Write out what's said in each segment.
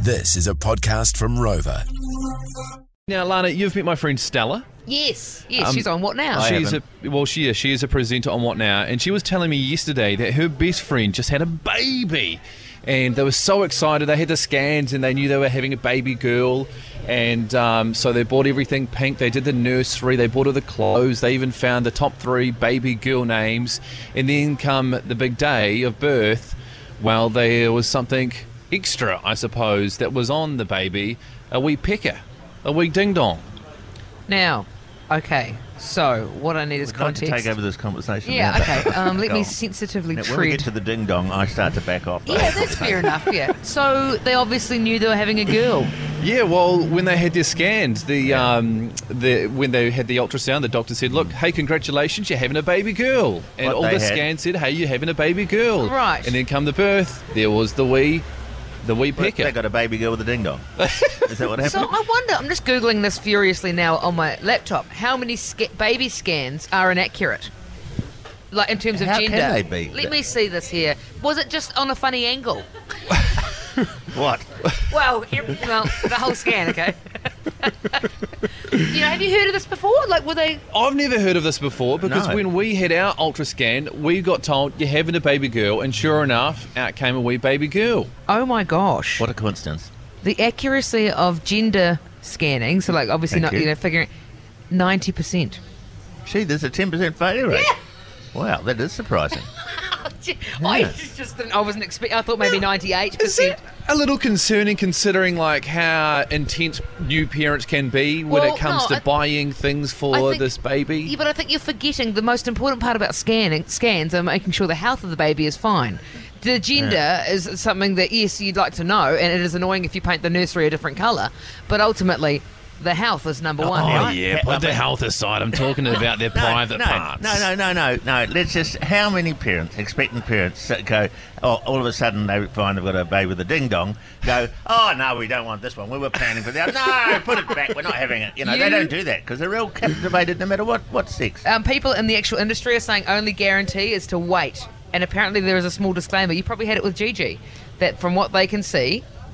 This is a podcast from Rover. Now, Lana, you've met my friend Stella. Yes, yes, Um, she's on what now? She's a well, she is. She is a presenter on What Now, and she was telling me yesterday that her best friend just had a baby, and they were so excited. They had the scans, and they knew they were having a baby girl, and um, so they bought everything pink. They did the nursery. They bought her the clothes. They even found the top three baby girl names, and then come the big day of birth. Well, there was something extra, I suppose, that was on the baby. A wee pecker, a wee ding dong. now, okay. So what I need is Would like to context. take over this conversation. yeah, now, okay. though. Um, let me Go on. sensitively Now, tread. when we get to the ding dong, I start to back off. yeah, that's fair enough. Yeah. So they obviously knew they were having a girl. Yeah, well, when they had their scans, the um, the when they had the ultrasound, the doctor said, "Look, hey, congratulations, you're having a baby girl." And What all they the had. scans said, "Hey, you're having a baby girl." Right. And then come the birth, there was the wee, the wee But They pecker. got a baby girl with a ding dong. Is that what happened? So I wonder. I'm just googling this furiously now on my laptop. How many sca- baby scans are inaccurate? Like in terms How of can gender. they be? Let me see this here. Was it just on a funny angle? what? Well, every, well, the whole scan. Okay. you know, have you heard of this before? Like, were they? I've never heard of this before because No. when we had our ultrascan, we got told you're having a baby girl, and sure enough, out came a wee baby girl. Oh my gosh. What a coincidence. the accuracy of gender scanning, so like obviously not Thank you. you. know figuring ninety percent. Gee, there's a 10% failure rate. Wow, that is surprising. I Yeah. just didn't, I wasn't expecting. I thought maybe ninety eight Is it percent. a little concerning considering like how intense new parents can be when Well, it comes no, to I- buying things I for think- this baby? Yeah, but I think you're forgetting the most important part about scanning scans are making sure the health of the baby is fine. The gender is something that yes you'd like to know, and it is annoying if you paint the nursery a different colour, but ultimately the health is number one. Oh, right? yeah, put the health aside. I'm talking about their No, no, No, no, no, no, no. Let's just. How many parents, expectant parents, that go? Oh, all of a sudden they find they've got a baby with a ding dong. Go. Oh no, we don't want this one. We were planning for that. No, put it back. We're not having it. You know You- they don't do that because they're all captivated no matter what what sex. um, people in the actual industry are saying only guarantee is to wait. And apparently there is a small disclaimer. You probably had it with Gigi, that from what they can see, Oh,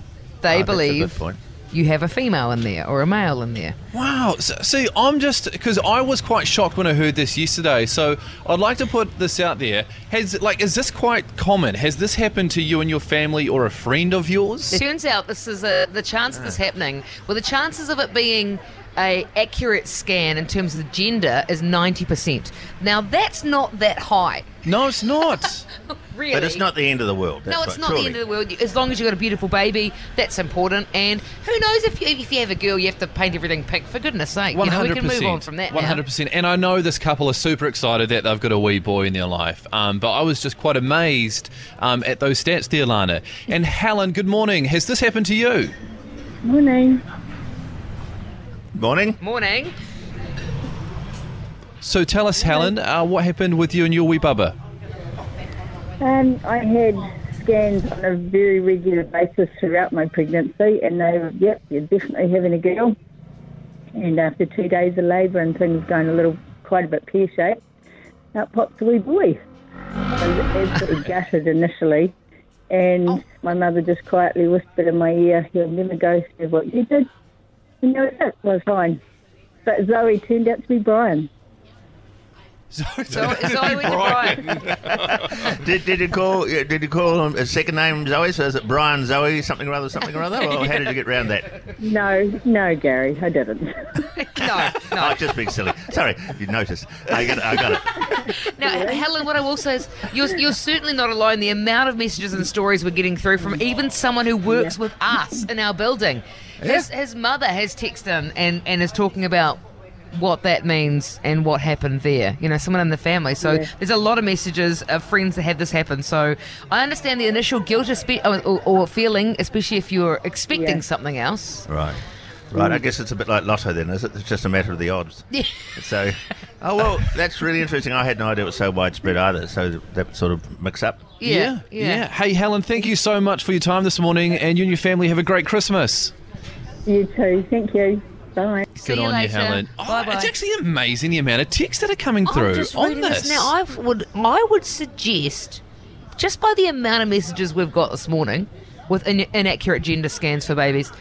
they that's a good believe point. you have a female in there or a male in there. Wow. So, see, I'm just because I was quite shocked when I heard this yesterday. So I'd like to put this out there. Has like is this quite common? Has this happened to you and your family or a friend of yours? Turns out this is a, the chance of this happening. Well, the chances of it being a accurate scan in terms of the gender is 90%. Now that's not that high, No, it's not. really. But it's not the end of the world. That's No, it's not the end of the world. As long as you've got a beautiful baby, that's important. And who knows if you, if you have a girl, you have to paint everything pink. For goodness' sake, you know, we can move on from that. now. One hundred percent. And I know this couple are super excited that they've got a wee boy in their life. Um, but I was just quite amazed um, at those stats, there, Lana. And Helen, good morning. Has this happened to you? Morning. Morning. Morning. So tell us, Helen, uh, what happened with you and your wee bubba? Um, I had scans on a very regular basis throughout my pregnancy, and they were, yep, you're definitely having a girl. And after two days of labour and things going a little, quite a bit pear shaped, out pops a wee boy. I was absolutely gutted initially, and my mother just quietly whispered in my ear, You'll never go through what you did. And that was it, I was fine. But Zoe turned out to be Brian. So, Zoe and Brian. Did, did you call? yeah, Did you call him a second name Zoe? So is it Brian Zoe something or other something or other? Or how did you get round that? No, no, Gary, I didn't. No, Oh, no. just being silly. Sorry, you noticed. I got it. I got it. Now, Helen, what I will say is you're, you're certainly not alone. The amount of messages and stories we're getting through from even someone who works with us in our building. His, his mother has texted him and, and is talking about what that means and what happened there. You know, someone in the family. So there's a lot of messages of friends that have this happen. So I understand the initial guilt espe- or, or, or feeling, especially if you're expecting Yeah. something else. Right. Right, I guess it's a bit like lotto then, is it? It's just a matter of the odds. So, oh well, that's really interesting. I had no idea it was so widespread either. So that sort of mix up. Yeah. yeah. Hey, Helen, thank you so much for your time this morning, and you and your family have a great Christmas. you too. Thank you. Bye. See you later. Oh, Bye-bye. It's actually amazing the amount of texts that are coming through I'm just on reading this. this. now. I would I would suggest just by the amount of messages we've got this morning, with in- inaccurate gender scans for babies,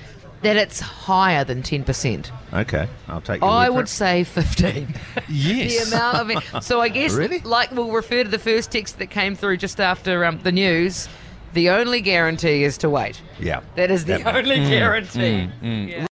that it's higher than 10%. Okay, I'll take. Your I word for would it. say 15. the Yes. amount of so I guess Really? like we'll refer to the first text that came through just after um, the news. The only guarantee is to wait. Yeah. That is the That- only guarantee. Yeah.